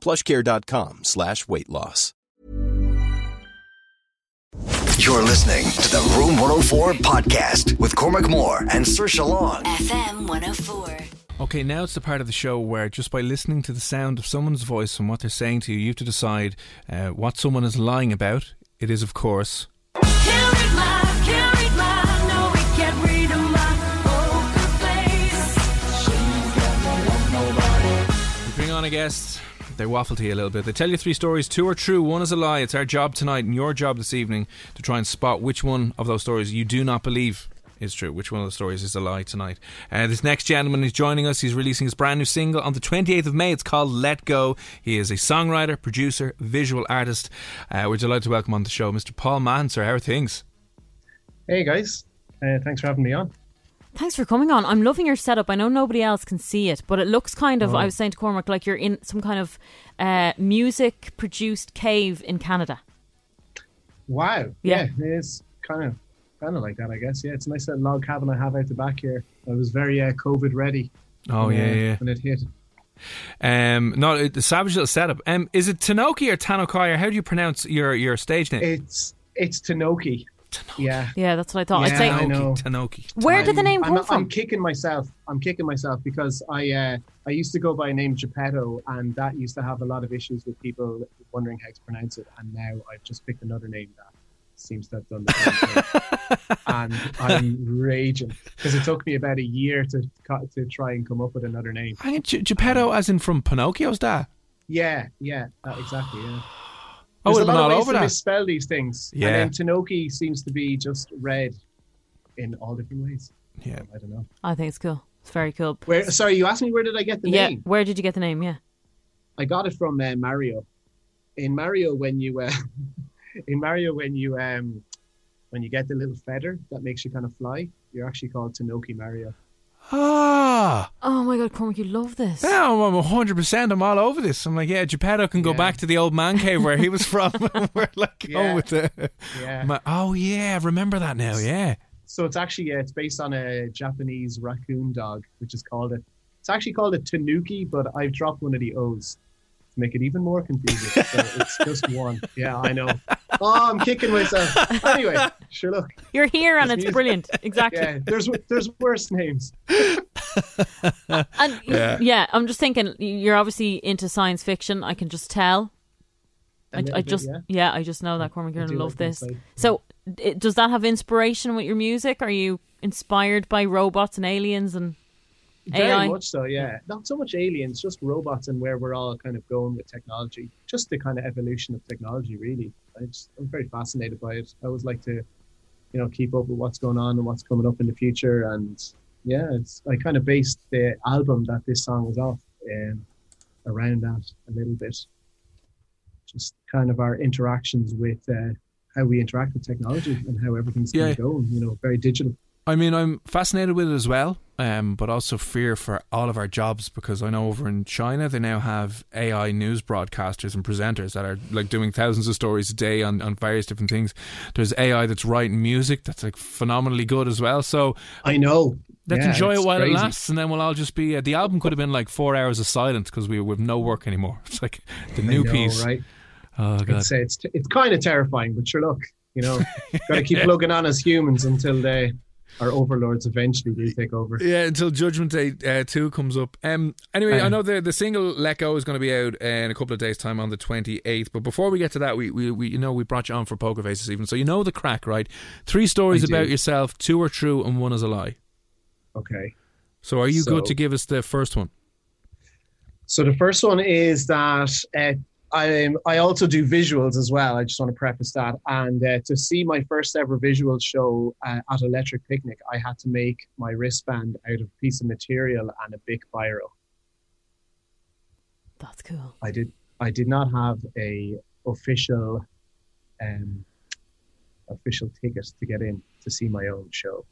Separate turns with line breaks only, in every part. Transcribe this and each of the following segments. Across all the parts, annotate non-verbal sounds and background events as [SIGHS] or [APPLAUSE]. plushcare.com slash weight loss.
You're listening to the Room 104 podcast with Cormac Moore and Sir Long.
FM 104.
Okay, now it's the part of the show where just by listening to the sound of someone's voice and what they're saying to you, you have to decide uh, what someone is lying about. It is, of course,
Can't read my, can't read my, no, we can't read my poker face.
We bring on a guest. They waffle to you a little bit. They tell you three stories. Two are true, one is a lie. It's our job tonight and your job this evening to try and spot which one of those stories you do not believe is true. Which one of the stories is a lie tonight? Uh, this next gentleman is joining us. He's releasing his brand new single on the 28th of May. It's called Let Go. He is a songwriter, producer, visual artist. Uh, we're delighted to welcome on the show Mr. Paul Mann. Sir, how are things?
Hey guys, uh, thanks for having me on.
Thanks for coming on. I'm loving your setup. I know nobody else can see it, but it looks kind
Oh.
of, I was saying to Cormac, like you're in some kind of uh, music produced cave in Canada.
Wow.
Yeah.
it's kind of kind of like that, I guess. Yeah, it's a nice little log cabin I have out the back here. I was very uh, COVID ready.
Oh,
uh,
yeah, yeah.
When it hit.
Um, no, it- the savage little setup. Um, is it Tanoki or Tanokai or how do you pronounce your, your stage name?
It's it's Tanoki. Yeah.
Yeah, that's what I thought. I'd
Yeah,
say,
I know.
Tanoki.
where did the name
I'm,
come
I'm
from?
kicking myself. I'm kicking myself because I uh, I used to go by a name Geppetto, and that used to have a lot of issues with people wondering how to pronounce it. And now I've just picked another name that seems to have done the same
[LAUGHS]
thing. and I'm raging because it took me about a year to co- to try and come up with another name.
Hang on, Ge- Geppetto, as in from Pinocchio's dad.
Yeah, yeah, that, exactly. Yeah.
I
There's
would
a
have been
lot
all
of ways
over
to
that.
misspell these things.
Yeah.
And then Tanoki seems to be just read in all different ways.
Yeah.
I don't know.
I think it's cool. It's very cool.
Where? Sorry, you asked me where did I get the
yeah,
name?
where did you get the name? Yeah.
I got it from uh, Mario. In Mario, when you uh, [LAUGHS] in Mario when you um, when you get the little feather that makes you kind of fly, you're actually called Tanoki Mario.
Ah,
Oh my God, Cormac, you love
[LAUGHS]
this.
now I'm 100. percent I'm all over this. I'm like, yeah, Geppetto can go
Yeah.
back to the old man cave where he was from. [LAUGHS] We're like, oh,
Yeah.
with the,
Yeah.
I'm like, oh yeah, I remember that now. Yeah,
so it's actually uh, it's based on a Japanese raccoon dog, which is called a. It's actually called a Tanuki, but I've dropped one of the O's to make it even more confusing. so it's just one. Yeah, I know. Oh, I'm kicking myself. Anyway, sure look.
You're here and it's brilliant.
[LAUGHS]
Exactly.
Yeah, there's there's worse names.
And yeah. I'm just thinking you're obviously into science fiction. I can just tell.
A
I,
little
I
bit,
just
yeah.
I just know that Cormac, you're
I
gonna
do
love
like
this.
inside.
So, d does that have inspiration with your music? Are you inspired by robots and aliens and
Very
AI?
much so, yeah. Not so much aliens, just robots and where we're all kind of going with technology. Just the kind of evolution of technology, really. I just, I'm very fascinated by it. I always like to, you know, keep up with what's going on and what's coming up in the future. And yeah, it's I kind of based the album that this song was off um, around that a little bit. Just kind of our interactions with uh, how we interact with technology and how everything's kind
Yeah.
of going. You know, very digital.
I mean, I'm fascinated with it as well, um, but also fear for all of our jobs because I know over in China they now have AI news broadcasters and presenters that are like doing thousands of stories a day on, on various different things. There's AI that's writing music that's like phenomenally good as well. So
I know.
let's
Yeah,
enjoy it
it's
while
crazy.
it lasts, and then we'll all just be. Uh, the album could have been like four hours of silence because we we have no work anymore. [LAUGHS] It's like the
I
new
know,
piece.
right?
Oh god.
I'd say
[LAUGHS]
it's it's kind of terrifying, but sure, look, you know, got to keep plugging on as humans until they our overlords eventually do take over.
Yeah, until Judgment Day uh, two comes up. Um, anyway, I
Um,
know the the single "Let Go" is going to be out uh, in a couple of days' time on the twenty eighth. But before we get to that, we, we we you know we brought you on for Poker Face this evening, so you know the crack, right? Three stories
I do.
about yourself, two are true and one is a lie.
Okay.
So are you
So-
good to give us the first one?
So the first one is that uh, I I also do visuals as well. I just want to preface that. And uh, to see my first ever visual show uh, at Electric Picnic, I had to make my wristband out of a piece of material and a big biro.
That's cool.
I did I did not have a official um, official ticket to get in to see my own show.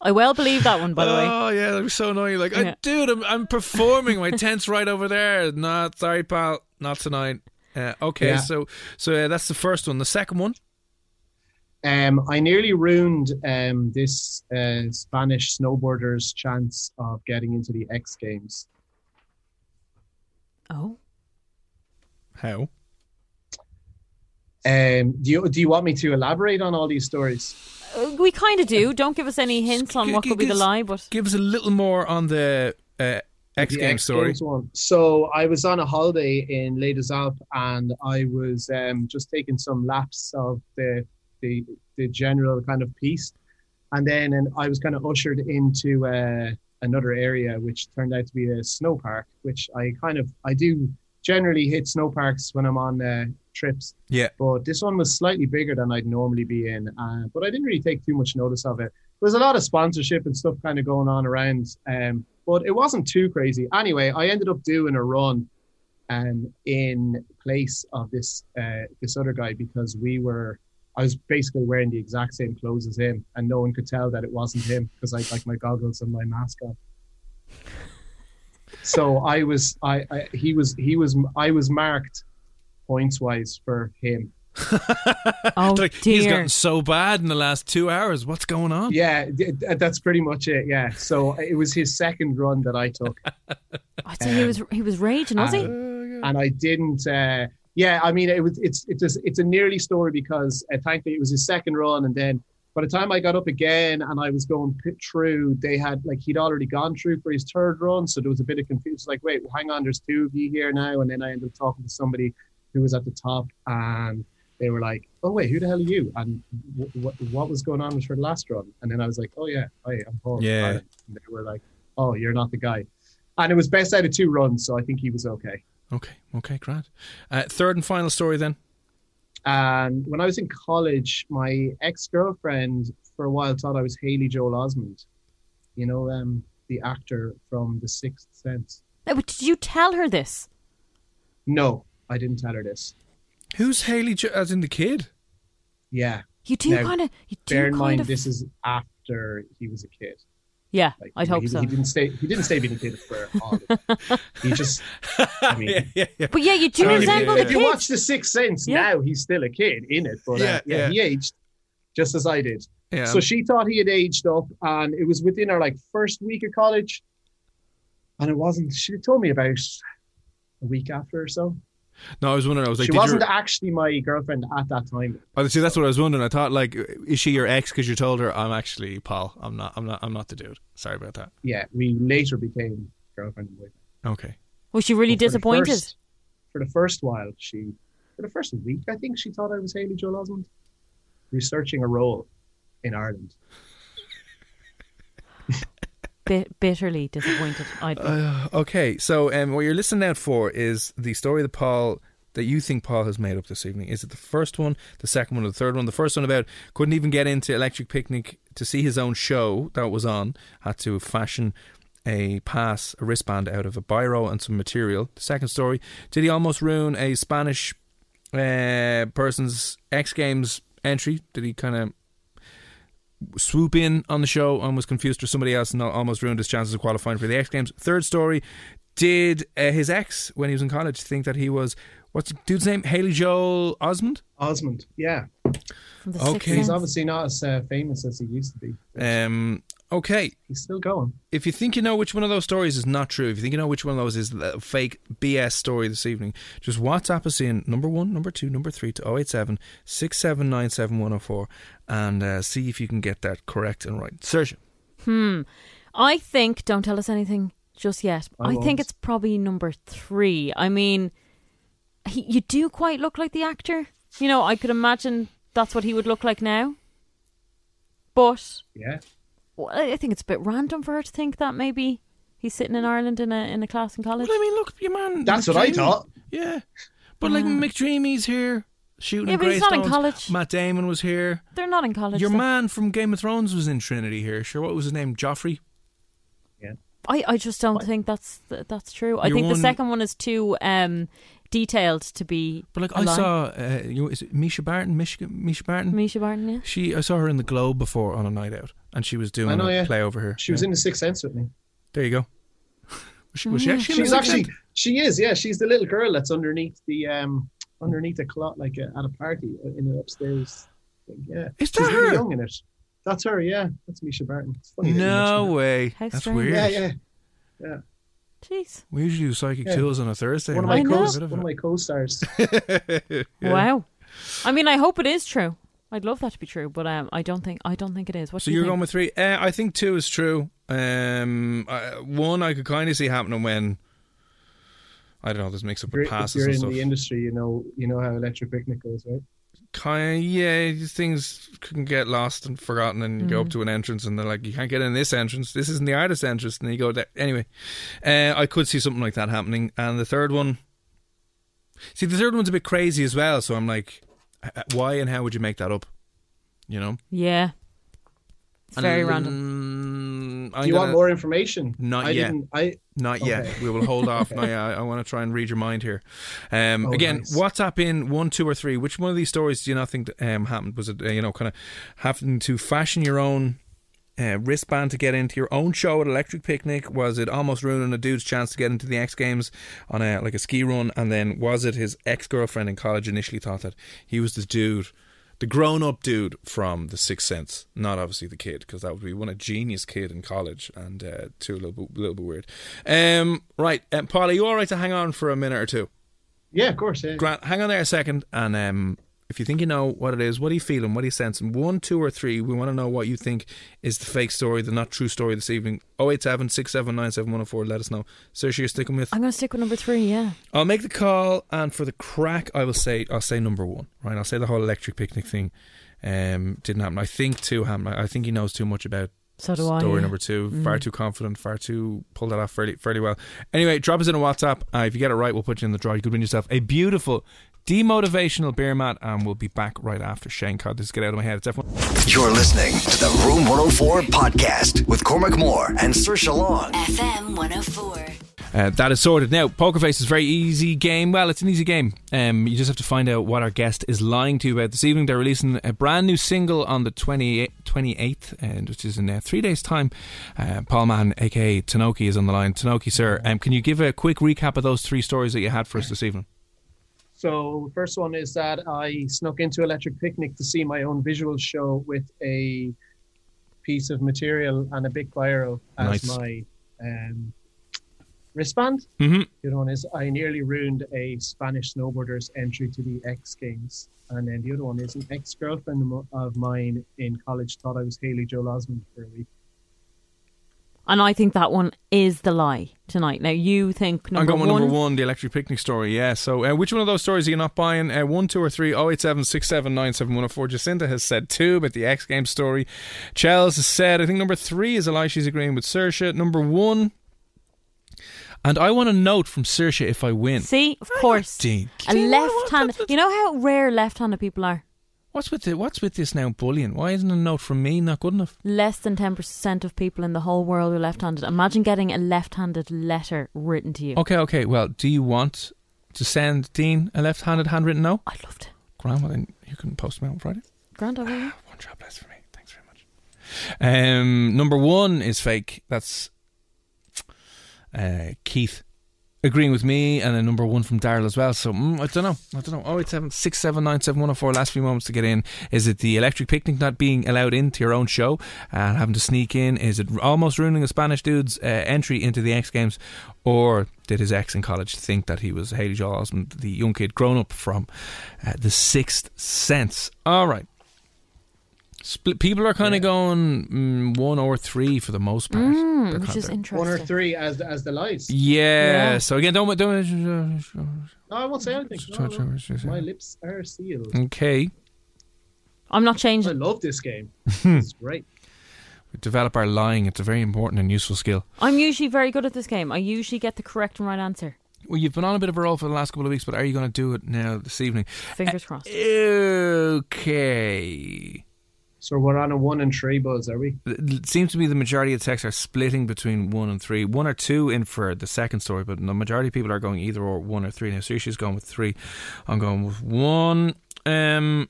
I well believe that one, by the
Uh,
way.
Oh yeah, that was so annoying. Like, I-
Yeah.
dude, I'm I'm performing. My tent's right over there. Nah, sorry, pal, not tonight. Uh, okay,
Yeah.
so so uh, that's the first one. The second one.
Um, I nearly ruined um, this uh, Spanish snowboarder's chance of getting into the X Games.
Oh,
How?
Um, do you do you want me to elaborate on all these stories?
Uh, we kind of do. Don't give us any hints on what could be the
[LAUGHS]
lie, but
Give us a little more on the uh, X
The
Games story.
one. So I was on a holiday in Les Alpes, and I was um, just taking some laps of the the the general kind of piece, and then and I was kind of ushered into uh, another area, which turned out to be a snow park, which I kind of I do generally hit snow parks when I'm on uh, trips.
Yeah.
But this one was slightly bigger than I'd normally be in, uh, but I didn't really take too much notice of it. There was a lot of sponsorship and stuff kind of going on around, um, but it wasn't too crazy. Anyway, I ended up doing a run um, in place of this uh, this other guy because we were. I was basically wearing the exact same clothes as him, and no one could tell that it wasn't him because I had like my goggles and my mask on. So I was, I, I, he was, he was, I was marked points wise for him.
oh
Like, he's
dear.
gotten so bad in the last two hours. What's going on?
Yeah, th- th- that's pretty much it. Yeah. So it was his second run that I took,
I thought he was he was raging, was he?
and I didn't. Uh, yeah, I mean, it was. It's it's a, it's a nearly story because uh, thankfully it was his second run, and then by the time I got up again and I was going p- through, they had like he'd already gone through for his third run, so there was a bit of confusion. Like, wait, hang on, there's two of you here now, and then I ended up talking to somebody who was at the top, and they were like, "Oh wait, who the hell are you?" And w- w- what was going on was for the last run, and then I was like, "Oh yeah, hi, I'm Paul."
Yeah.
And they were like, "Oh, you're not the guy," and it was best out of two runs, so I think he was okay.
Okay, okay, great. Uh, third and final story then.
And when I was in college, my ex girlfriend for a while thought I was Haley Joel Osmond, you know, um, the actor from The Sixth Sense.
Uh, but Did you tell her this?
No, I didn't tell her this.
Who's Haley? Jo- as in the kid?
Yeah.
You do
Now,
kind of. You do
Bear in
kind
mind,
of.
this is after he was a kid.
yeah,
Like,
I'd
you know,
hope
he,
so.
He didn't stay. He didn't stay being a kid
[LAUGHS]
for all. Of it. He just. I mean,
[LAUGHS] [LAUGHS] yeah, yeah, yeah.
But yeah, you do
I mean,
resemble
yeah.
the
if you
kids.
watch The Sixth Sense
Yeah.
now, he's still a kid in it, but uh,
Yeah,
yeah,
yeah.
he aged just as I did.
yeah.
So she thought he had aged up, and it was within our like first week of college, and it wasn't. She told me about a week after or so.
no, I was wondering. I was like,
she
did you-
wasn't actually my girlfriend at that time.
Oh, see, that's what I was wondering. I thought, like, is she your ex? Because you told her, "I'm actually Paul. I'm not. I'm not. I'm not the dude." Sorry about that.
Yeah, we later became girlfriend and boyfriend.
Okay.
Was she
But
really
for the
disappointed?
first- For the first while, she for the first week, I think she thought I was Haley Joel Osmond researching a role in Ireland.
Bit bitterly disappointed. I'd be.
Uh, okay. So, um, what you're listening out for is the story that Paul that you think Paul has made up this evening. Is it the first one, the second one, or the third one? The first one about couldn't even get into Electric Picnic to see his own show that was on, had to fashion a pass, a wristband out of a biro and some material. The second story: Did he almost ruin a Spanish uh, person's X Games entry? Did he kind of swoop in on the show and was confused for somebody else and al- almost ruined his chances of qualifying for the X Games. Third story: Did uh, his ex, when he was in college, think that he was what's the dude's name? Haley Joel Osmond.
Osmond, yeah,
From the Sixth
okay.
he's
Sense.
obviously not as uh, famous as he used to be.
Um, Okay,
He's still going.
if you think you know which one of those stories is not true, if you think you know which one of those is a fake BS story this evening, just WhatsApp us in number one, number two, number three to 087 6797104 and uh, see if you can get that correct and right. Sergio.
I think don't tell us anything just yet.
I
I, think
won't.
it's probably number three. I mean, he, you do quite look like the actor. You know, I could imagine that's what he would look like now. But
Yeah.
well, I I think it's a bit random for her to think that maybe he's sitting in Ireland in a in a class in college.
Well, I mean, look, your man.
That's what I
McDreamy.
thought.
Yeah. But like McDreamy's here shooting
Hmm. Yeah,
at
but he's not in
Greystones.
college.
Matt Damon was here.
They're not in college.
Your
though.
man from Game of Thrones was in Trinity here. Sure, what was his name? Joffrey?
I, I just don't think that's th- that's true. I
Your
think
one-
the second one is too um, detailed to be.
But like,
a
I
lie.
saw uh, you know, is it Misha Barton, Michigan, Misha Barton.
Misha Barton. Yeah.
She, I saw her in the Globe before on a night out, and she was doing
I know,
a
yeah.
play over here.
She was
Yeah.
in the sixth sense with me.
There you go. [LAUGHS] Was she, was
Hmm.
she actually? in
She's
the
actually
accent?
she is, yeah. She's the little girl that's underneath the um underneath a clot like uh, at a party uh, in an upstairs thing. Yeah.
Is
She's
that
really
her?
young in it. That's her, yeah. That's Misha Barton. It's funny that you
No
mentioned
way.
How
That's
strange.
that.
weird.
Yeah, yeah.
Jeez.
We usually do psychic
Yeah.
tools on a Thursday.
One of
and
my
we
co
got
know.
rid
one
of
of
it.
my co stars.
Wow. I mean, I hope it is true. I'd love that to be true, but um, I don't think I don't think it is. What
So
do you
you're
think?
going with three. Uh, I think two is true. Um, uh, one I could kind of see happening when I don't know. There's mix up
You're-
with
if
passes
you're
and
in
stuff.
the industry, you know you know how electric picnic goes, right?
kind yeah, these things can get lost and forgotten, and you go
Mm.
up to an entrance, and they're like, you can't get in this entrance. This isn't the artist entrance, and you go there anyway. Uh, I could see something like that happening, and the third one. See, the third one's a bit crazy as well. So I'm like, h- h- why and how would you make that up? You know,
Yeah. It's very random.
random.
Do you want more information?
Not
I
yet.
Didn't, I
Not yet.
Okay.
We will hold off. No, yeah, I, I want to try and read your mind here. Um,
Oh,
again,
nice.
WhatsApp in one, two, or three. Which one of these stories do you not think that, um, happened? Was it uh, you know kind of having to fashion your own uh, wristband to get into your own show at Electric Picnic? Was it almost ruining a dude's chance to get into the X Games on a like a ski run? And then was it his ex girlfriend in college initially thought that he was the dude? The grown-up dude from The Sixth Sense, not obviously the kid, because that would be one a genius kid in college, and uh, two a little bit, little bit weird. Um, right, um, Paul, are you all right to hang on for a minute or two?
yeah, of course, yeah.
Grant, hang on there a second, and um, if you think you know what it is, what are you feeling, what are you sensing? One, two, or three. We want to know what you think is the fake story, the not true story this evening. 087 679 7104. Let us know. Saoirse, you're sticking with.
I'm going to stick with number three. Yeah.
I'll make the call, and for the crack, I will say I'll say number one. Right, I'll say the whole electric picnic thing um, didn't happen. I think too happened. I I think he knows too much about
So do I.
story
yeah. Mm.
number two. Far too confident. Far too pulled that off fairly fairly well. Anyway, drop us in a WhatsApp. Uh, if you get it right, we'll put you in the draw. You could win yourself a beautiful demotivational beer mat, and we'll be back right after Shane Cod. This is get out of my head. It's F1.
You're listening to the Room 104 podcast with Cormac Moore and Sir Long.
FM 104.
Uh, that is sorted. Now, Poker Face is a very easy game. Well, it's an easy game. Um, you just have to find out what our guest is lying to you about this evening. They're releasing a brand new single on the 28th, 28th uh, which is in uh, three days' time. Uh, Paul Mann, aka Tanoki, is on the line. Tanoki, sir, um, can you give a quick recap of those three stories that you had for us this evening?
So first one is that I snuck into Electric Picnic to see my own visual show with a piece of material and a big biro as
Nice.
my um, wristband.
Mm-hmm.
The other one is I nearly ruined a Spanish snowboarder's entry to the X Games. And then the other one is an ex-girlfriend mo- of mine in college thought I was Haley Joel Osment for a week.
And I think that one is the lie tonight. Now you think
I
number
got
one.
one, number one, the electric picnic story. Yeah. So, uh, which one of those stories are you not buying? Uh, one, two, or three? Oh eight seven six seven nine seven one zero four. Jacinta has said two, but the X Games story. Chels has said, I think number three is a lie. She's agreeing with Sersha. Number one, and I want a note from Sersha if I win.
See, of course,
Dink.
a
Dink, what- what-
left-handed.
what-
You know how rare left-handed people are.
What's with the, What's with this now bullying? Why isn't a note from me not good enough?
Less than ten percent of people in the whole world are left-handed. Imagine getting a left-handed letter written to you.
Oh.
Okay, okay. Well, do you want to send Dean a left-handed handwritten note?
I loved it.
Grandma, then you can post me on Friday.
[SIGHS] Grand over here.
One job less for me. Thanks very much. Um, number one is fake. That's uh, Keith agreeing with me, and a number one from Daryl as well. So mm, I don't know. I don't know. Oh eight seven six seven nine seven one zero four. Last few moments to get in. Is it the electric picnic not being allowed into your own show and having to sneak in? Is it almost ruining a Spanish dude's uh, entry into the X Games? Or did his ex in college think that he was Haley Joel Osment, the young kid grown up from uh, The Sixth Sense? All right. Split, people are kind of going mm, one or three for the most part. They're
Mm, which
kinda-
is interesting.
One or three as the, as the lights.
yeah.
Yeah.
So again, don't don't.
No, I won't say anything. No, no. My lips are sealed.
Mm. Okay.
I'm not
I
changing.
love this game. It's great.
Develop our lying. It's a very important and useful skill.
I'm usually very good at this game. I usually get the correct and right answer.
Well, you've been on a bit of a roll for the last couple of weeks, but are you going to do it now this evening?
Fingers crossed.
Okay.
So we're on a one and three buzz, are we?
It seems to me the majority of texts are splitting between one and three. One or two in for the second story, but the majority of people are going either or one or three. Now, Sushi's going with three. I'm going with one. Um.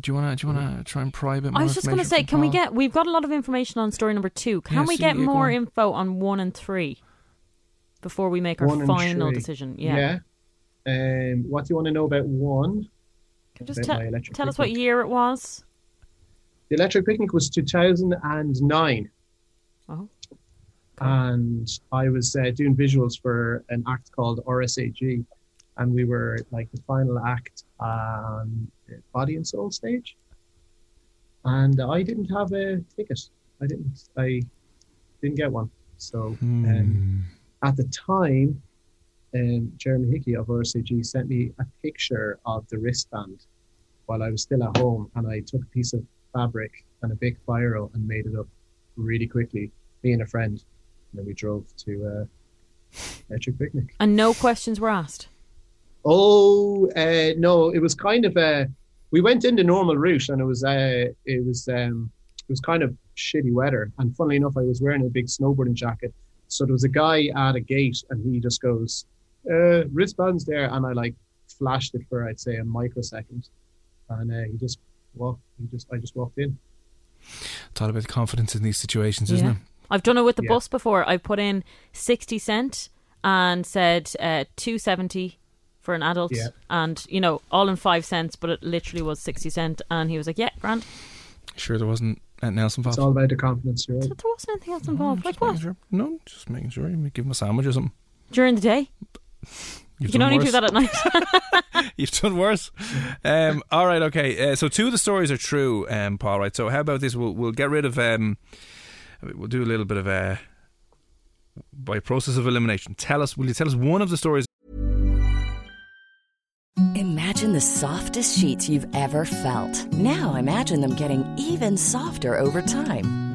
Do you want to? Do you want to try and pry a bit more?
I was just going to
information
say,
from
can we
Paul?
get? We've got a lot of information on story number two. Can
Yeah,
we
see,
get
yeah, go
more
on.
info on one and three before we make our
one and
final
three.
decision? Yeah.
Yeah. Um, what do you want to know about one?
Can you Just
About
tell,
my electric
tell us what
picnic.
year it was.
The Electric Picnic was 2009,
Oh,
and I was uh, doing visuals for an act called RSAG, and we were like the final act on the Body and Soul stage, and I didn't have a ticket. I didn't. I didn't get one. So
Hmm.
um, at the time, um, Jeremy Hickey of RSAG sent me a picture of the wristband while I was still at home, and I took a piece of fabric and a big biro and made it up really quickly, me and a friend, and then we drove to uh, Electric Picnic.
and no questions were asked.
Oh uh, no, it was kind of a. We went in the normal route, and it was uh, it was um, it was kind of shitty weather. And funnily enough, I was wearing a big snowboarding jacket. So there was a guy at a gate, and he just goes, uh, "Wristbands there," and I like flashed it for I'd say a microsecond, and uh, he just walked. He just I just walked in.
It's all about confidence in these situations, isn't
Yeah.
it?
I've done it with the
Yeah.
bus before. I put in sixty cent and said uh, two seventy for an adult,
Yeah.
and you know all in five cents, but it literally was sixty cent. And he was like, "Yeah, grand."
Sure, there wasn't anything else
It's
involved.
all about the confidence, you're right.
So there wasn't anything else involved. like what?
Making sure- No, just making sure. You give him a sandwich or something.
During the day,
You've
you can
done
only
worse. [LAUGHS]
do that at night.
You've done
[LAUGHS]
worse. Um, all right, okay. Uh, so two of the stories are true, um, Paul. Right. So how about this? We'll we'll get rid of. Um, we'll do a little bit of uh, by process of elimination. Tell us. Will you tell us one of the stories?
Imagine the softest sheets you've ever felt. Now imagine them getting even softer over time.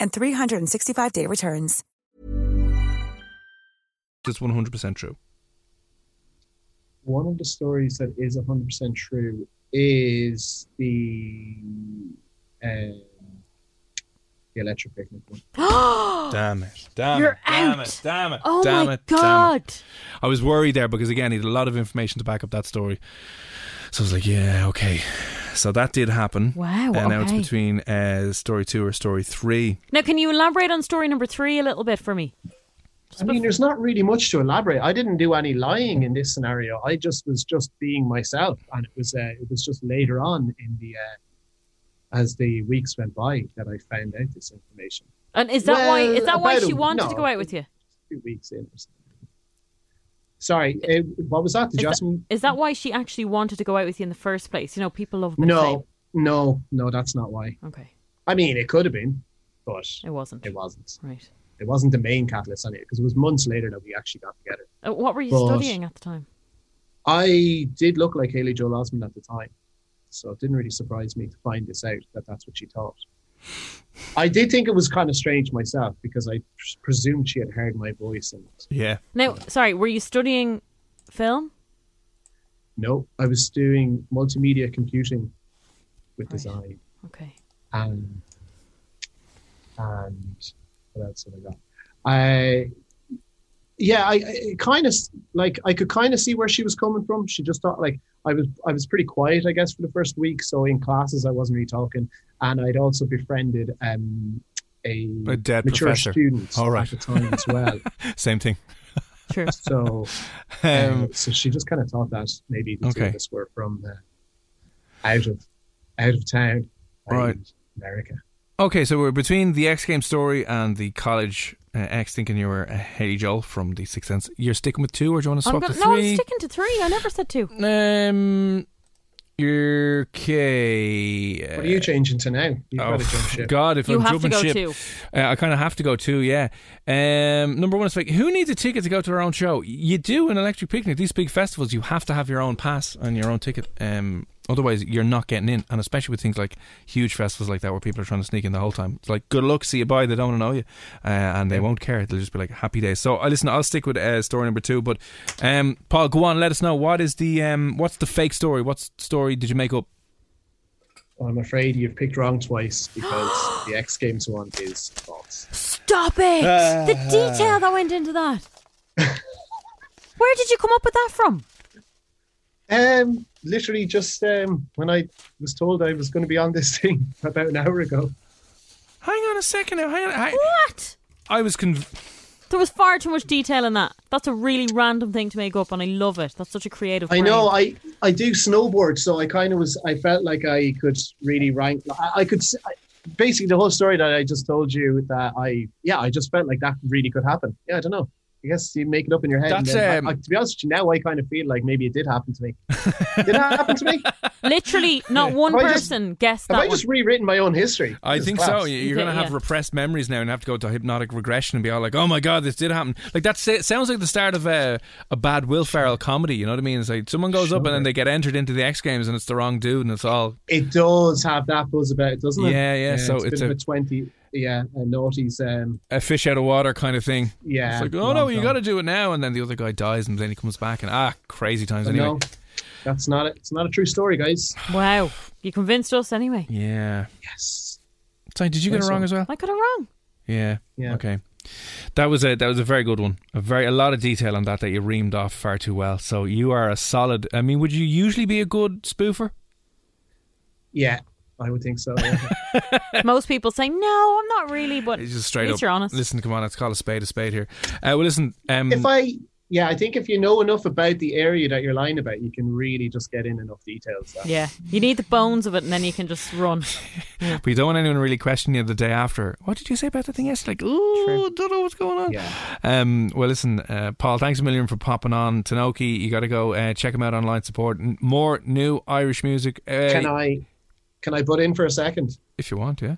and 365-day returns.
That's one hundred percent
[GASPS]
true.
One of the stories that is 100% true is the um, the electric picnic one.
Damn it. Damn
You're
it. Damn
out.
it. Damn it.
Oh
damn
my
it. Damn
god.
it. I was worried there because again he had a lot of information to back up that story. So I was like, yeah, okay. So that did happen.
Wow,
And now it's
okay.
between uh, story two or story three.
Now, can you elaborate on story number three a little bit for me?
I mean, there's not really much to elaborate. I didn't do any lying in this scenario. I just was just being myself, and it was uh, it was just later on in the uh, as the weeks went by that I found out this information.
And is that why?
Well,
Is that why
about
she
a-
wanted
no.
to go out with you?
Two weeks in. Or something. Sorry, eh, what was that? The
Is that-
Jasmine?
Is that why she actually wanted to go out with you in the first place? You know, people love. a bit of
No, no, no. That's not why.
fame. Okay,
I mean, it could have been, but
it wasn't.
it wasn't.
Right.
It wasn't the main catalyst on it because it was months later that we actually got together.
Uh, what were you
But-
studying at the time?
I did look like Haley Joel Osment at the time, so it didn't really surprise me to find this out that that's what she thought. I did think it was kind of strange myself because I pres- presumed she had heard my voice, and
Yeah.
Now, sorry, were you studying film?
no, I was doing multimedia computing with design
Okay.
and Um, and what else have I got? I yeah, I, I kind of like I could kind of see where she was coming from. She just thought like I was I was pretty quiet, I guess, for the first week. So in classes, I wasn't really talking, and I'd also befriended um, a,
A dead
mature
professor.
student
All right.
at the time as
[LAUGHS]
well.
Same thing.
[LAUGHS]
Sure.
so uh,
Um,
so she just kind of thought that maybe the two
Okay.
of us were from uh, out of out of town,
Right.
in America.
okay, so we're between the X Game story and the college uh, X thinking you were uh, Haley Joel from the Sixth Sense. You're sticking with two, or do you want to
I'm
swap
gonna-
to
no, I'm
three?
sticking to three. I never said two.
um, you're okay.
What are you changing to now? You've got to
[LAUGHS]
jump ship.
Uh, oh, God, if
You
I'm
have to
jumping
go
ship,
too.
Uh, I kind of have to go too. Yeah. Um, number one is like, who needs a ticket to go to their own show? You do an electric picnic. These big festivals, you have to have your own pass and your own ticket. Um, otherwise, you're not getting in. And especially with things like huge festivals like that, where people are trying to sneak in the whole time. It's like, good luck, see you bye. They don't want to know you, uh, and they won't care. They'll just be like, happy days. So, I listen. I'll stick with uh, story number two. But, um, Paul, go on. Let us know what is the um, what's the fake story? What's story did you make up?
I'm afraid you've picked wrong twice
[GASPS]
because the X Games one is false.
Stop it!
Uh,
the detail that went
[LAUGHS]
into that. Where did you come up with that from?
Um, literally just um, when I was told I was going to be on this [LAUGHS] thing about an hour ago.
Hang on a second now. Hang on. I,
What?
I was conv-
There was far too much detail in that. That's a really random thing to make up, and I love it. That's such a creative.
I know
brain.
I I do snowboard, so I kind of was I felt like I could really rank. I, I could s I basically the whole story that I just told you that I yeah I just felt like that really could happen. Yeah, I don't know. I guess you make it up in your head. and
That's,
then- I-
um,
I- to be honest with you, now I kind of feel like maybe it did happen to
[LAUGHS]
me. did it happen to me?
Literally, not one
Have I just-
person guessed
Have
that
I
one.
just rewritten my own history?
I
This is
think
class.
so. You- You're
Yeah,
going to have
yeah.
repressed memories now and have to go to hypnotic regression and be all like, oh my God, this did happen. Like, that sa- sounds like the start of a, a bad Will Ferrell comedy. You know what I mean? It's like someone goes up and then they get entered into the X Games and it's the wrong dude and it's all.
It does have that buzz about it, doesn't it?
Yeah, yeah, so
it's,
it's
a bit
a-
of a twenty. Yeah, a naughty's. Um,
A fish out of water kind of thing.
Yeah,
It's like, oh
long
no, you
gone.
got to do it now. And then the other guy dies and then he comes back and ah, crazy times
but
anyway.
No, that's not it. It's not a true story, guys.
Wow, you convinced us anyway.
Yeah.
Yes.
So, did you get it
Nice
wrong
one.
as well?
I got it wrong.
Yeah.
Yeah.
Okay. That was a that was a very good one. A very a lot of detail on that that you reamed off far too well. So you are a solid. I mean, would you usually be a good spoofer?
Yeah, I would think so.
[LAUGHS]
yeah.
Most people say no, I'm not really, but
It's just straight
at least
up.
you're honest.
Listen, come on, let's call a spade a spade here. Uh, well, listen. Um,
if I, yeah, I think if you know enough about the area that you're lying about, you can really just get in enough details. That
Yeah, you need the bones of it, and then you can just run.
we don't want anyone really questioning you the day after. What did you say about the thing yesterday? Like, ooh, don't know what's going on.
Yeah.
Um, well, listen, uh, Paul, thanks a million for popping on. Tanoki, you got to go uh, check him out online. Support N- more new Irish music. Uh,
Can I, can I butt in for a second?
If you want, yeah.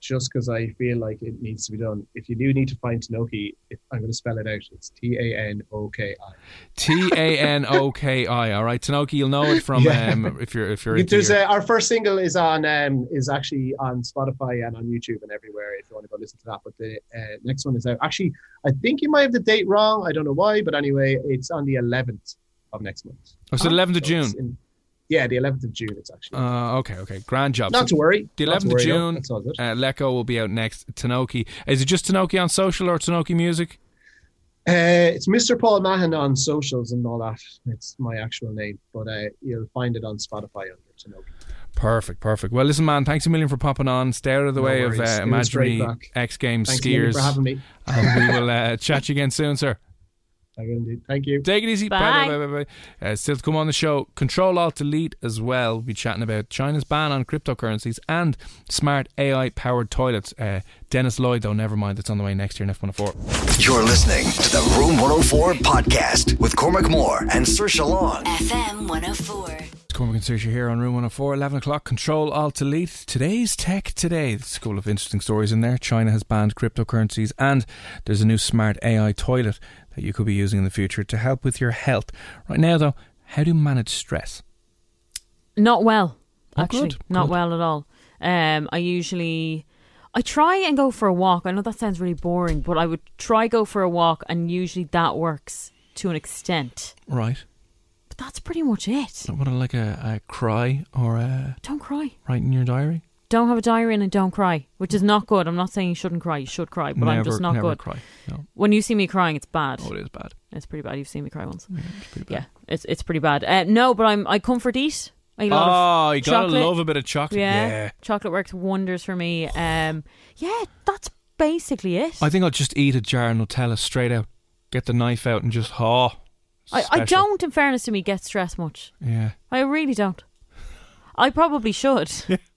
Just because I feel like it needs to be done. If you do need to find Tanoki, if- I'm going to spell it out. It's T A N O K I.
T A N O K I. All right, Tanoki, you'll know it from
Yeah.
um, if you're if you're.
Yeah,
into
There's
your-
uh our first single is on um, is actually on Spotify and on YouTube and everywhere if you want to go listen to that. But the uh, next one is out. Actually, I think you might have the date wrong. I don't know why, but anyway, it's on the 11th of next month.
Oh, so the 11th of
So it's
June.
in- Yeah, the 11th of June, it's actually.
Uh, okay, okay. Grand job.
Not to
So
worry.
The
Not to
11th of
worry, no.
June,
That's all good.
uh, Lecco will be out next. Tanoki. Is it just Tanoki on social or Tanoki music?
Uh, it's Mr. Paul Mahan on socials and all that. It's my actual name, but uh, you'll find it on Spotify under Tanoki.
Perfect, perfect. Well, listen, man, thanks a million for popping on. Stay out of the
No
way
worries.
of
It was
uh,
great
imaginary
crack.
X Games
Thanks a million
skiers.
for having me.
and we will uh, chat to you again soon, sir.
I will indeed. Thank you.
Take it easy.
Bye.
Bye. Bye. Bye. bye. Uh, still to come on the show. Control Alt Delete as well. We'll be chatting about China's ban on cryptocurrencies and smart AI powered toilets. Uh, Dennis Lloyd, though, never mind. It's on the way next year in F104.
You're listening to the Room 104 podcast with Cormac Moore and Sir Long.
FM 104.
It's Cormac and Saoirse here on Room 104, 11 o'clock. Control Alt Delete. Today's tech today. There's a couple of interesting stories in there. China has banned cryptocurrencies and there's a new smart AI toilet that you could be using in the future to help with your health. Right now, though, how do you manage stress?
Not well,
Oh,
actually.
good,
Not
good.
well at all. Um, I usually, I try and go for a walk. I know that sounds really boring, but I would try go for a walk, and usually that works to an extent.
Right.
But that's pretty much it.
What, like a, a cry or a
Don't cry.
write in your diary?
Don't have a diary in and don't cry, which is not good. I'm not saying you shouldn't cry. You should cry, but I'm just not
never
good.
cry.
[LAUGHS]
No,
When you see me crying, it's bad.
oh, it is bad.
It's pretty bad. You've seen me cry once.
It's pretty
Yeah,
bad.
it's it's pretty bad. Uh, no, but I'm I comfort eat. I eat a lot
Oh,
of
you gotta
chocolate.
love a bit of chocolate.
Yeah.
Yeah.
chocolate works wonders for me. Um, yeah, that's basically it.
I think I'll just eat a jar of Nutella straight out. Get the knife out and just haw.
I, I
Special.
don't, in fairness to me, get stressed much.
Yeah.
I really don't. I
[LAUGHS]
probably should,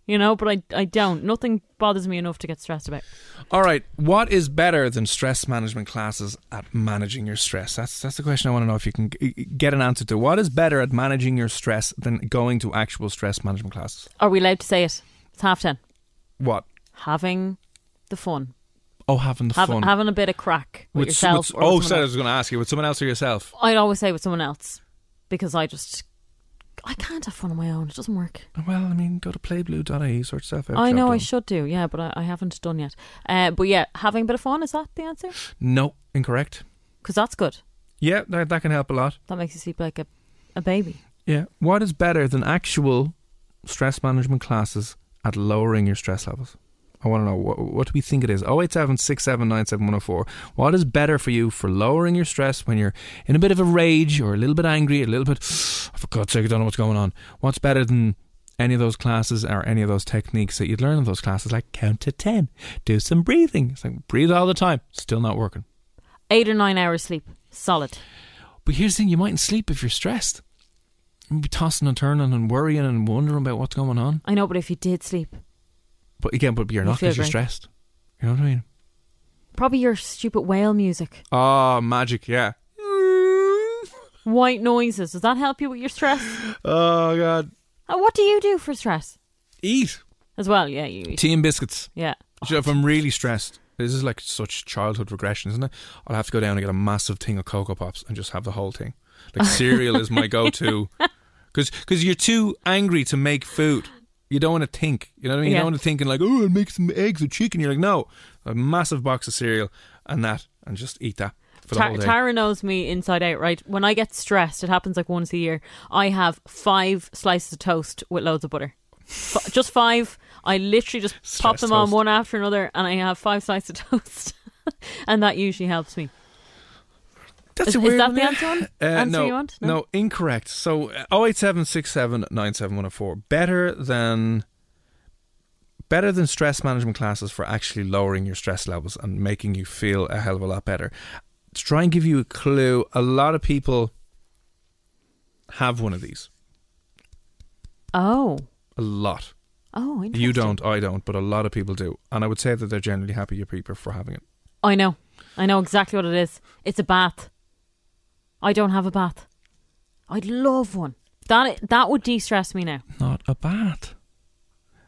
you know, but I I don't. Nothing bothers me enough to get stressed about.
All right. What is better than stress management classes at managing your stress? That's that's the question I want to know if you can g- get an answer to. What is better at managing your stress than going to actual stress management classes?
Are we allowed to say it? It's half ten.
What?
Having the fun,
Oh, having the
Hav-
fun.
having a bit of crack with,
s-
yourself.
with-
or
oh,
with someone
sorry, I
else.
was going to ask you. With someone else or yourself?
I'd always say with someone else because I just I can't have fun on my own. It doesn't work.
Well, I mean, go to playblue.ie, sort yourself out.
I
job
know I
done.
should do, yeah, but I, I haven't done yet. Uh, but yeah, having a bit of fun is that the answer?
No, incorrect.
Because that's good.
Yeah, that, that can help a lot.
That makes you sleep like a, a baby.
Yeah. What is better than actual stress management classes at lowering your stress levels? I want to know what, what do we think it is? 087 What is better for you for lowering your stress when you're in a bit of a rage or a little bit angry, a little bit, "Oh, for God's sake, I don't know what's going on? What's better than any of those classes or any of those techniques that you'd learn in those classes, like count to 10, do some breathing? It's like breathe all the time, still not working.
Eight or nine hours sleep, solid.
But here's the thing: you mightn't sleep if you're stressed. You'd be tossing and turning and worrying and wondering about what's going on.
I know, but if you did sleep,
But again, but you're
You
not
feel
because you're
great.
stressed. You know what I mean?
probably your stupid whale music,
Oh, magic!
[LAUGHS]
Yeah.
white noises. Does that help you with your stress? [LAUGHS]
Oh God!
Uh, what do you do for stress
Eat
as well? Yeah, you eat.
tea and biscuits.
Yeah.
You know, if I'm really stressed, this is like such childhood regression, isn't it? I'll have to go down and get a massive thing of cocoa pops and just have the whole thing.
[LAUGHS]
Like cereal is my go-to because you're too angry to make food. You don't want to think. You know what I mean? You
Yeah.
don't want to think and like, oh, I'll make some eggs or chicken. You're like, no, a massive box of cereal and that, and just eat that for the
Tar-
whole day.
Tara knows me inside out, right? When I get stressed, it happens like once a year. I have five slices of toast with loads of butter. F- just five. I literally just pop
Stress
them on
toast.
one after another, and I have five slices of toast, [LAUGHS] and that usually helps me.
That's
Is-
a
is
weird
that
one,
the
yeah.
answer one-
Uh,
answer
no,
you want?
No,
No?
incorrect. So uh, 08767971004. Better than better than stress management classes for actually lowering your stress levels and making you feel a hell of a lot better. To try and give you a clue, a lot of people have one of these.
Oh,
A lot.
oh, interesting.
You don't, I don't, but a lot of people do. And I would say that they're generally happy your people for having it.
I know. I know exactly what it is. It's a bath. I don't have a bath. I'd love one. That that would de-stress me now.
Not a bat.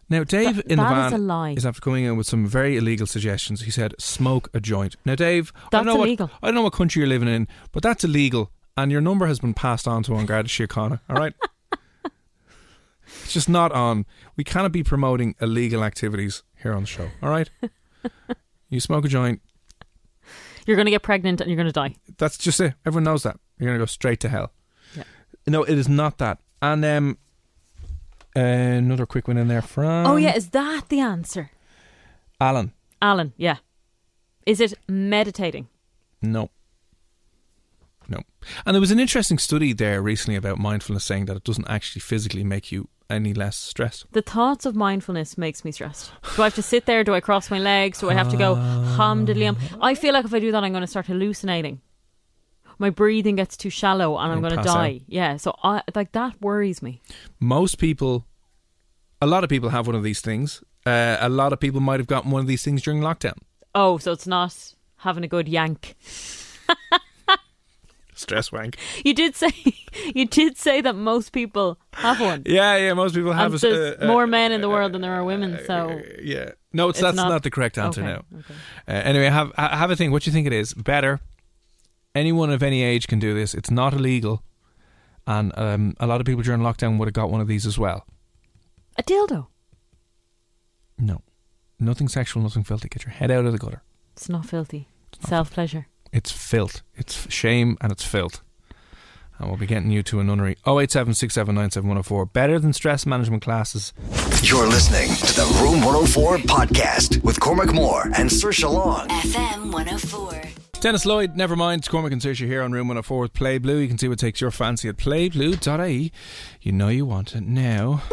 Now, Dave
That-
in the
that
van
is a lie.
is after coming in with some very illegal suggestions. He said, "Smoke a joint." Now, Dave, I
That's
don't know
illegal.
What, I don't know what country you're living in, but that's illegal, and your number has been passed on to
[LAUGHS]
Angarda Síochána. All right, it's just not on. We cannot be promoting illegal activities here on the show. All
[LAUGHS]
right, you smoke a joint.
You're going to get pregnant and you're going to die.
That's just it. Everyone knows that. You're gonna go straight to hell.
Yeah.
No, it is not that. And um, Uh, another quick one in there from.
oh yeah, is that the answer,
Alan.
Alan? Yeah. Is it meditating?
No. No. And there was an interesting study there recently about mindfulness saying that it doesn't actually physically make you any less stressed.
The thoughts of mindfulness makes me stressed. Do I have to sit there? Do I cross my legs? Do I have to go hum diddly hum? I feel like if I do that, I'm going to start hallucinating. My breathing gets too shallow, and I'm
And
going to
pass out.
die. Yeah, so I like that worries me.
Most people, a lot of people have one of these things. Uh, a lot of people might have gotten one of these things during lockdown.
Oh, so it's not having a good yank.
Stress wank.
You did say [LAUGHS] you did say that most people have one.
Yeah, yeah. Most people have.
and
a-
there's
uh, uh,
more men in the world than there are women, so
yeah. No, it's,
It's
that's not,
not-
the correct answer
Okay,
now. Uh, anyway, have ha- have a think. What do you think it is? Better. Anyone of any age can do this. It's not illegal, and um, a lot of people during lockdown would have got one of these as well.
a dildo.
No, nothing sexual, nothing filthy. Get your head out of the gutter.
It's not filthy. Self pleasure.
It's filth. It's f- shame, and it's filth. And we'll be getting you to a nunnery. 087 Better than stress management classes.
You're listening to the Room 104 podcast with Cormac Moore and Sir Long.
FM 104.
Dennis Lloyd, never mind. Cormac and Saoirse here on Room 104 with Play Blue. You can see what takes your fancy at playblue.ie. E. You know you want it now.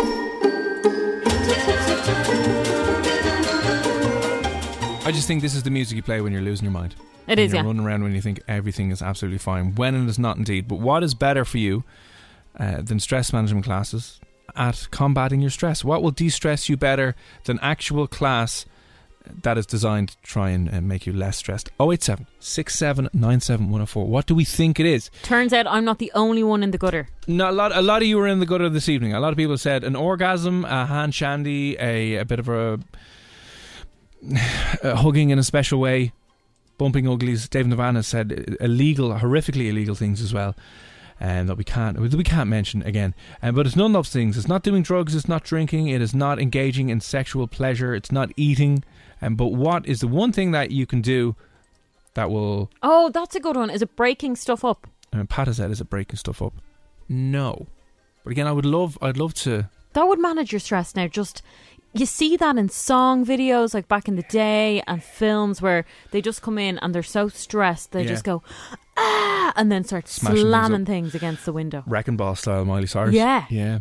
I just think this is the music you play when you're losing your mind.
It is,
You're
yeah.
running around when you think everything is absolutely fine, when it is not indeed. But what is better for you uh, than stress management classes at combating your stress? What will de stress you better than actual class that is designed to try and uh, make you less stressed? 087 6797104. What do we think it is?
Turns out I'm not the only one in the gutter.
Now, a lot, a lot of you were in the gutter this evening. A lot of people said an orgasm, a hand shandy, a, a bit of a, [SIGHS] a hugging in a special way, bumping uglies. Dave Navan has said illegal, horrifically illegal things as well, and that we can't that we can't mention again. Um, but it's none of those things. It's not doing drugs. It's not drinking. It is not engaging in sexual pleasure. It's not eating. Um, but what is the one thing that you can do that will
Oh, that's a good one. Is it breaking stuff up?
and Pat has said, "Is it breaking stuff up?" No, but again, I would love, I'd love to.
That would manage your stress now. Just you see that in song videos like back in the day and films where they just come in and they're so stressed they
Yeah.
just go ah and then start
Smashing things
slamming
up.
things against the window.
Wrecking Ball style Miley Cyrus.
Yeah.
Yeah.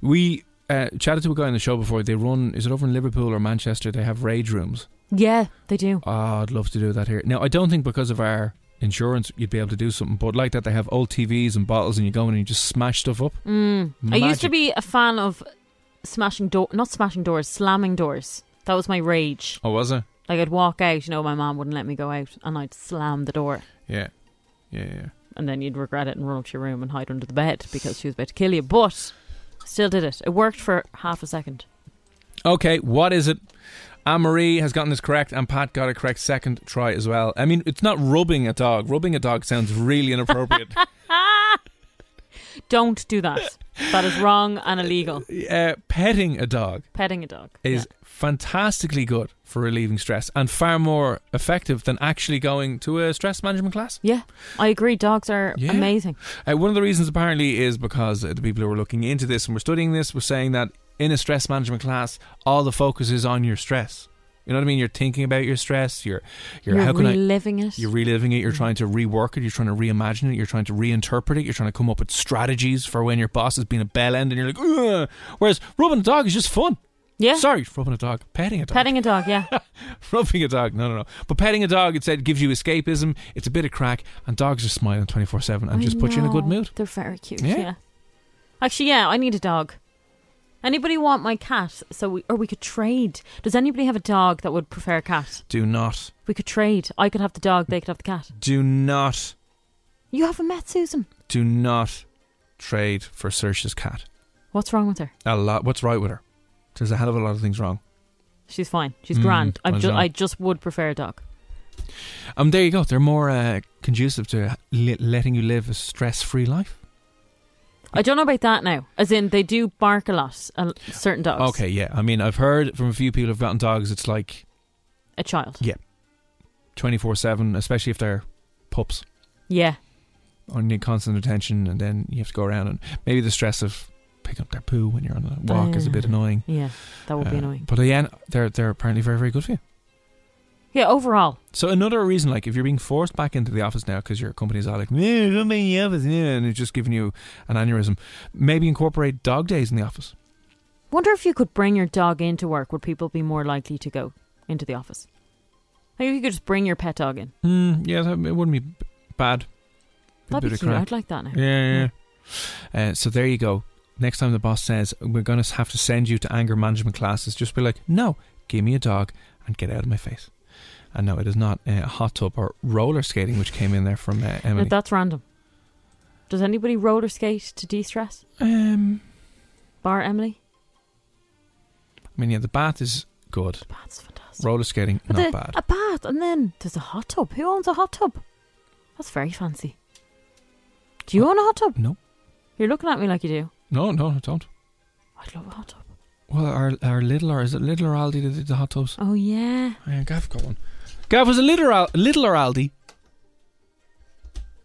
We uh, chatted to a guy on the show before. They run, is it over in Liverpool or Manchester? They have rage rooms.
Yeah, they do.
Oh, I'd love to do that here. Now, I don't think because of our insurance you'd be able to do something, but like that, they have old TVs and bottles and you go in and you just smash stuff up.
Mm. I used to
Magic.
be a fan of smashing door not smashing doors, slamming doors. That was my rage.
Oh, was it?
Like I'd walk out, you know, my mom wouldn't let me go out and I'd slam the door.
Yeah. Yeah, yeah.
and then you'd regret it and run up to your room and hide under the bed because she was about to kill you. But still did it. It worked for half a second.
Okay, what is it? Anne Marie has gotten this correct, and Pat got it correct second try as well. I mean, it's not rubbing a dog. Rubbing a dog sounds really inappropriate.
Don't do that. that is wrong and illegal.
uh, petting a dog
Petting a dog
is fantastically good for relieving stress and far more effective than actually going to a stress management class.
yeah. yeah, I agree. Dogs are
Yeah.
amazing.
Uh, one of the reasons apparently is because uh, the people who were looking into this and were studying this were saying that in a stress management class, all the focus is on your stress. You know what I mean? You're thinking about your stress. You're, you're,
You're
how can I?
reliving it.
You're reliving it. You're trying to rework it. You're trying to reimagine it. You're trying to reinterpret it. You're trying to come up with strategies for when your boss is being a bell end, and you're like, Ugh. whereas rubbing a dog is just fun.
yeah,
Sorry, rubbing a dog, petting a dog,
petting a dog. Yeah,
[LAUGHS] rubbing a dog. No, no, no. But petting a dog, it said, gives you escapism. It's a bit of crack, and dogs are smiling twenty four seven and
I
just put you in a good
know.
mood.
They're very cute.
Yeah.
Yeah. Actually, yeah, I need a dog. Anybody want my cat? So we or we could trade. Does anybody have a dog that would prefer a cat?
Do not,
We could trade. I could have the dog. They could have the cat.
do not,
You haven't met Susan.
do not trade for Saoirse's cat.
What's wrong with her?
A lot. What's right with her? There's a hell of a lot of things wrong.
She's fine. She's
Mm,
grand. I'm
well
ju-
done.
I just would prefer a dog.
Um, there you go. They're more uh, conducive to li- letting you live a stress-free life.
I don't know about that now. As in, they do bark a lot. A, certain dogs.
Okay, yeah. I mean, I've heard from a few people who've gotten dogs. It's like
A child.
Yeah. twenty-four-seven, especially if they're pups.
Yeah.
Or need constant attention, and then you have to go around and maybe the stress of pick up their poo when you're on a walk is a bit annoying.
Yeah, Mm. that would be
Uh,
annoying.
But again, they're they're apparently very very good for you.
Yeah, overall.
So another reason, like if you're being forced back into the office now because your company's all like, "Yeah, don't be in the office," yeah," and it's just giving you an aneurysm, maybe incorporate dog days in the office.
Wonder if you could bring your dog into work, would people be more likely to go into the office? Like if you could just bring your pet dog in.
Hmm, yeah, that, it wouldn't be b- bad. Be a
That'd be
bit of
cute.
crack.
I'd like that now.
Yeah, yeah. yeah. Uh, so there you go. Next time the boss says we're going to have to send you to anger management classes, just be like, "No, give me a dog and get out of my face." And no, it is not uh, a hot tub or roller skating, which came in there from uh,
Now,
Emily.
that's random. Does anybody roller skate to de stress?
um,
Bar Emily?
I mean, yeah, the bath is good.
That's fantastic.
Roller skating,
But
not
the-
bad.
A bath, and then there's a hot tub. Who owns a hot tub? That's very fancy. Do you own a hot tub?
no,
You're looking at me like you do.
no, no, I don't.
I'd love a hot tub.
Well, our our little or is it little or Aldi that did the hot tubs?
Oh yeah.
Yeah, Gav got one. Gav was a little or Al- little or Aldi.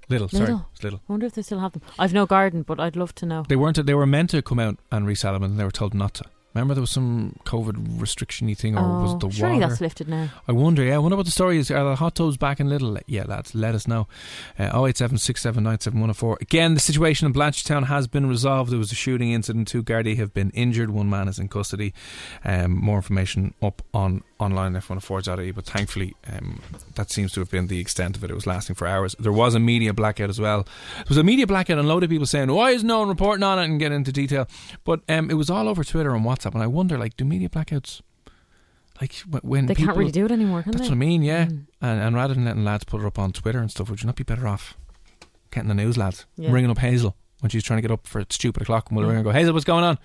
Little, Oh, sorry,
Little.
it's little.
I wonder if they still have them. I've no garden, but I'd love to know.
They weren't. They were meant to come out and resell them, and they were told not to. Remember, there was some COVID restriction-y thing, or was it the
Oh, surely
water?
that's lifted now.
I wonder. Yeah, I wonder what the story is. Are the hot tubs back in Little? Yeah, lads, let us know. Oh eight seven six seven nine seven one zero four. Again, the situation in Blanchetown has been resolved. There was a shooting incident. Two Gardaí have been injured. One man is in custody. Um, more information up on online f 104e E, But thankfully, um, that seems to have been the extent of it. It was lasting for hours. There was a media blackout as well. There was a media blackout, and a load of people saying, "Why is no one reporting on it?" and get into detail. But um, it was all over Twitter and WhatsApp. And I wonder, like, do media blackouts? Like wh- when
They
people,
can't really do it anymore, can
that's
they? Hmm. Mm.
what I mean, yeah. And, and rather than letting lads put it up on Twitter and stuff, would you not be better off getting the news, lads?
Yeah.
Ringing up Hazel when she's trying to get up for stupid o'clock, and we'll ring her and go, Hazel, what's going on?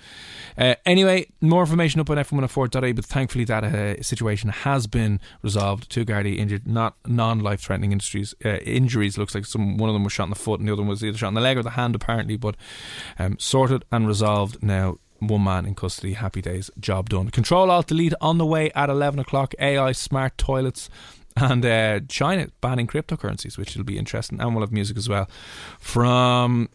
Uh, anyway, more information up on f104.ie, but thankfully that uh, situation has been resolved. Two Gardaí injured, not non-life threatening injuries. Uh, injuries looks like some one of them was shot in the foot, and the other one was either shot in the leg or the hand, apparently. But um, sorted and resolved now. One man in custody. Happy days. Job done. Control Alt Delete on the way at eleven o'clock. AI smart toilets. And uh, China banning cryptocurrencies, which will be interesting. And we'll have music as well from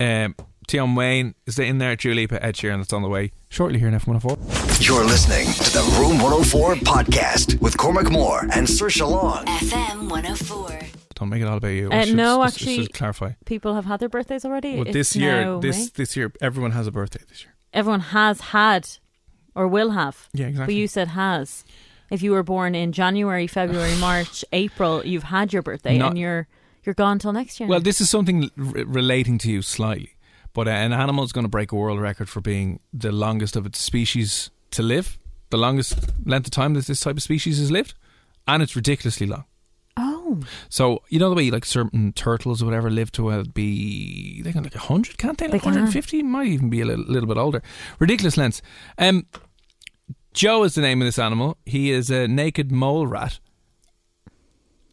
um, Tion Wayne. Is it in there? Dua Lipa, Ed Sheeran. That's on the way shortly here in F104.
You're listening to the Room 104 podcast with Cormac Moore and Sir Long.
FM 104.
Don't make it all about you. We
Uh,
should-
no,
s- s-
actually-
should clarify.
People have had their birthdays already.
Well,
It's
this year,
now
this
May.
this year, everyone has a birthday this year.
everyone has had, or will have.
Yeah, exactly.
But you said has. If you were born in
[SIGHS]
January, February, March, April, you've had your birthday,
Not-
and you're you're gone till next year.
Well, this is something r- relating to you slightly, but uh, an animal is going to break a world record for being the longest of its species to live, the longest length of time that this type of species has lived, and it's ridiculously long.
oh,
So you know the way like certain turtles or whatever live to uh, be they can like hundred, can't they? Like
They can.
150 might even be a little, little bit older. Ridiculous lengths. Um, Joe is the name of this animal. He is a naked mole rat,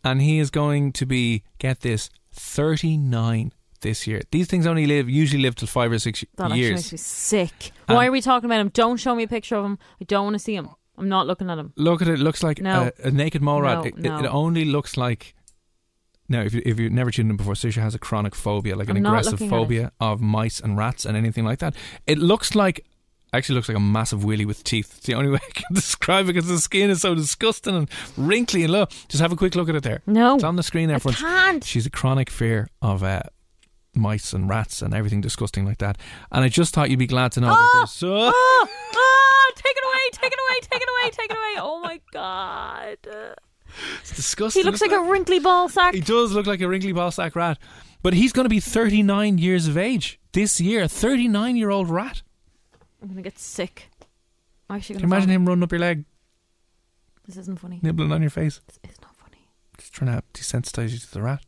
and he is going to be get this 39 this year. These things only live usually live till five or six
that actually
years. Um,
makes me sick.
And-
Why are we talking about him? Don't show me a picture of him. I don't want to see him. I'm not looking at him.
Look at it. it looks like
No.
a, a naked mole rat.
No,
it, it-
no.
it only looks like. Now, if, you, if you've never tuned in before, Susha has a chronic phobia, like an
I'm not
aggressive
looking at it.
phobia of mice and rats and anything like that. It looks like, actually, looks like a massive wheelie with teeth. It's the only [LAUGHS] way I can describe it because the skin is so disgusting and wrinkly and low. Just have a quick look at it there.
No,
It's on the screen there,
I
friends.
can't.
She's a chronic fear of uh, mice and rats and everything disgusting like that. And I just thought you'd be glad to know that
Oh,
there's. so.
oh, oh, take it away, take it away, take it away, take it away. Oh my god.
[LAUGHS] [LAUGHS] it's disgusting.
He looks
isn't
like a
it?
wrinkly ball
[LAUGHS]
sack.
He does look like a wrinkly ballsack rat, but he's going to be 39 years of age this year. A 39 year old rat.
I'm gonna get sick. I'm actually
Can
gonna
you imagine
vomit.
him running up your leg,
This isn't funny.
nibbling on your face,
This is not funny.
just trying to desensitize you to the rat?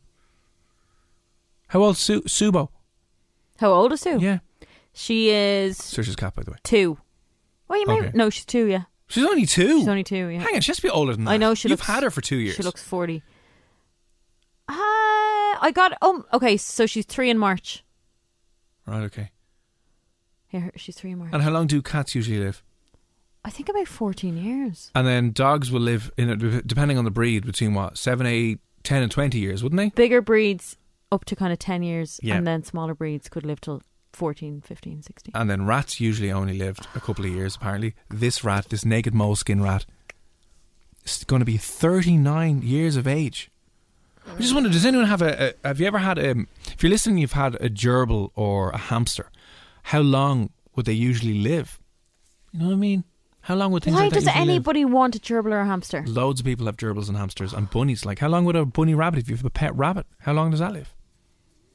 How old Su- Subo?
How old is Sue?
Yeah,
She is
Search's cat, by the way.
two. Wait, maybe
Okay.
Oh, no, she's two. Yeah,
She's only two.
she's only two. Yeah,
Hang on, she has to be older than that.
I know she.
You've
looks,
had her for two years.
She looks forty. Uh, I got. Oh, okay. So she's three in March.
right. Okay.
Here, she's three in March.
And how long do cats usually live?
I think about fourteen years.
And then dogs will live in a, depending on the breed between what seven, eight, ten, and twenty years, wouldn't they?
Bigger breeds up to kind of ten years,
Yeah. Uh,
and then smaller breeds could live till 14, 15, 16.
And then rats usually only lived a couple of years, apparently. This rat, this naked moleskin rat, is going to be 39 years of age. I just wonder, does anyone have a, a. Have you ever had a. If you're listening, you've had a gerbil or a hamster. How long would they usually live? You know what I mean? How long would things
Why
like that
does
usually live?
anybody want a gerbil or a hamster?
Loads of people have gerbils and hamsters and bunnies. Like, how long would a bunny rabbit, if you have a pet rabbit, how long does that live?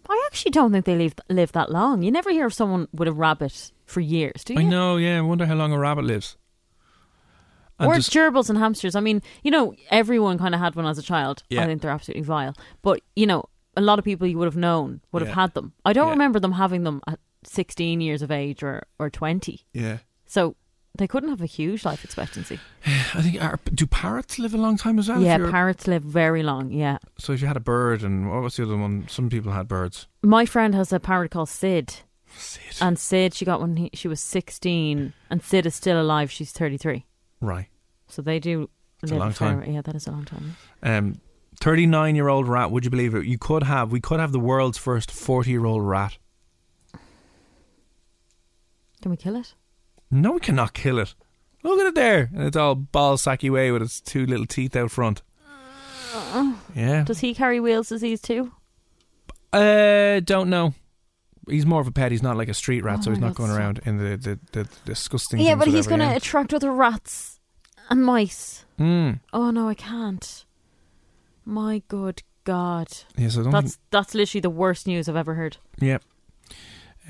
I actually don't think they live, live that long. You never hear of someone with a rabbit for years, do you?
I know, yeah. I wonder how long a rabbit lives. And
or
just-
gerbils and hamsters. I mean, you know, everyone kind of had one as a child.
Yeah.
I think they're absolutely vile. But, you know, a lot of people you would have known would
Yeah.
have had them. I don't
Yeah.
remember them having them at 16 years of age or, or 20.
yeah.
So they couldn't have a huge life expectancy.
I think are, do parrots live a long time as well? If
yeah,
you're-
parrots live very long. Yeah.
so if you had a bird, and what was the other one? Some people had birds.
My friend has a parrot called Sid. And Sid, she got when he, she was 16, and Sid is still alive. She's 33.
Right.
So they do
It's a
live
long
fair-
time.
Yeah, that is a long time.
Um, thirty-nine-year-old rat. Would you believe it? You could have. We could have the world's first forty-year-old rat.
Can we kill it?
No, we cannot kill it. Look at it there, and it's all ball sacky way with its two little teeth out front. Yeah.
Uh, Does he carry Wheels disease too?
Uh, don't know. He's more of a pet. He's not like a street rat,
Oh
so he's
my
not
God,
going
stop.
around in the the, the disgusting.
yeah,
things
but
with
he's going to
everything
attract other rats and mice.
else. Mm.
Oh no, I can't. My good God,
Yeah, so I don't
that's that's literally the worst news I've ever heard.
Yep.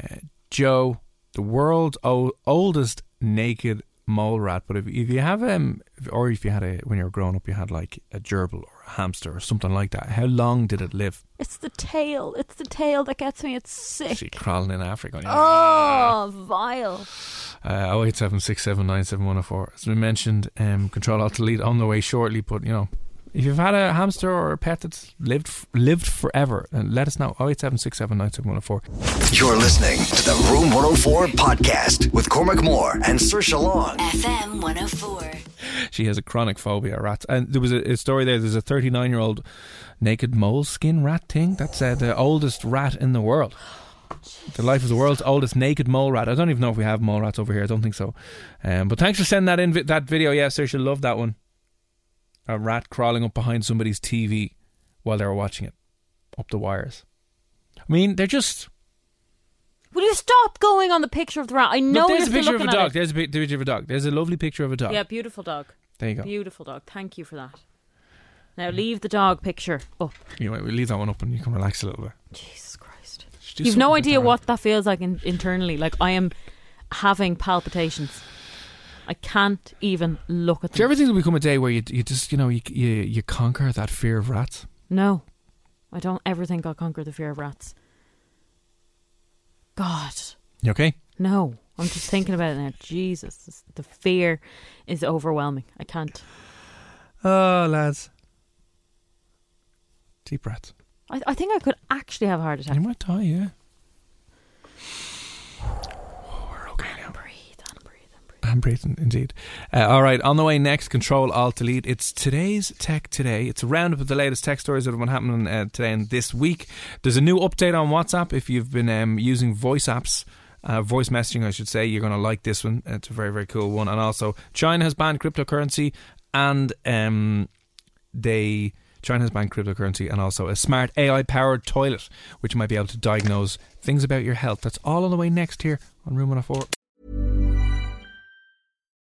Uh, Joe, the world's o- oldest naked mole rat. But if, if you have um, if- or if you had a when you were growing up, you had like a gerbil or a hamster or something like that. How long did it live?
It's the tail. It's the tail that gets me. It's sick.
She crawling in Africa.
Oh, vile.
Uh, 08767971004. As we mentioned, um, Control Alt Delete on the way shortly. But you know, if you've had a hamster or a pet that's lived f- lived forever, then let us know. 08767971004.
You're listening to the Room 104 podcast with Cormac Moore and Sir Long.
FM 104.
She has a chronic phobia of rats. And there was a, a story there. There's a 39 year old naked moleskin rat thing. That's uh, the oldest rat in the world. The life of the world's oldest naked mole rat. I don't even know if we have mole rats over here. I don't think so. Um, but thanks for sending that in. vi- That video, yeah, sir, she'll love that one. A rat crawling up behind somebody's TV while they were watching it, up the wires. I mean, they're just.
Will you stop going on the picture of the rat? I know
Look, there's
you're
a
still
picture of a
looking
dog.
at it.
There's a pic- picture of a dog. There's a lovely picture of a dog.
Yeah, beautiful dog.
There you go.
Beautiful dog. Thank you for that. Now
Mm.
leave the dog picture up.
You know, we leave that one up and you can relax a little bit.
Jesus Christ.
Just do
You've no
something
idea
different.
what that feels like in- internally. Like I am having palpitations. I can't even look at
Do you
them.
ever think there'll become a day where you you just you know you you, you conquer that fear of rats?
No. I don't ever think I'll conquer the fear of rats. God.
You okay?
No. I'm just thinking about it now. Jesus. this- The fear is overwhelming. I can't.
Oh, lads. Deep breaths.
I, I think I could actually have a heart attack.
You might die. Yeah. Oh, we're okay now.
Breathe and breathe and breathe.
I'm breathing, indeed. Uh, all right, on the way next, Control Alt Delete. It's today's Tech Today. It's a roundup of the latest tech stories that have been happening uh, today and this week. There's a new update on WhatsApp. If you've been um, using voice apps, uh, voice messaging, I should say, you're going to like this one. It's a very, very cool one. And also, China has banned cryptocurrency and um, they China's banned cryptocurrency and also a smart AI powered toilet, which might be able to diagnose things about your health. That's all on the way next here on Room 104.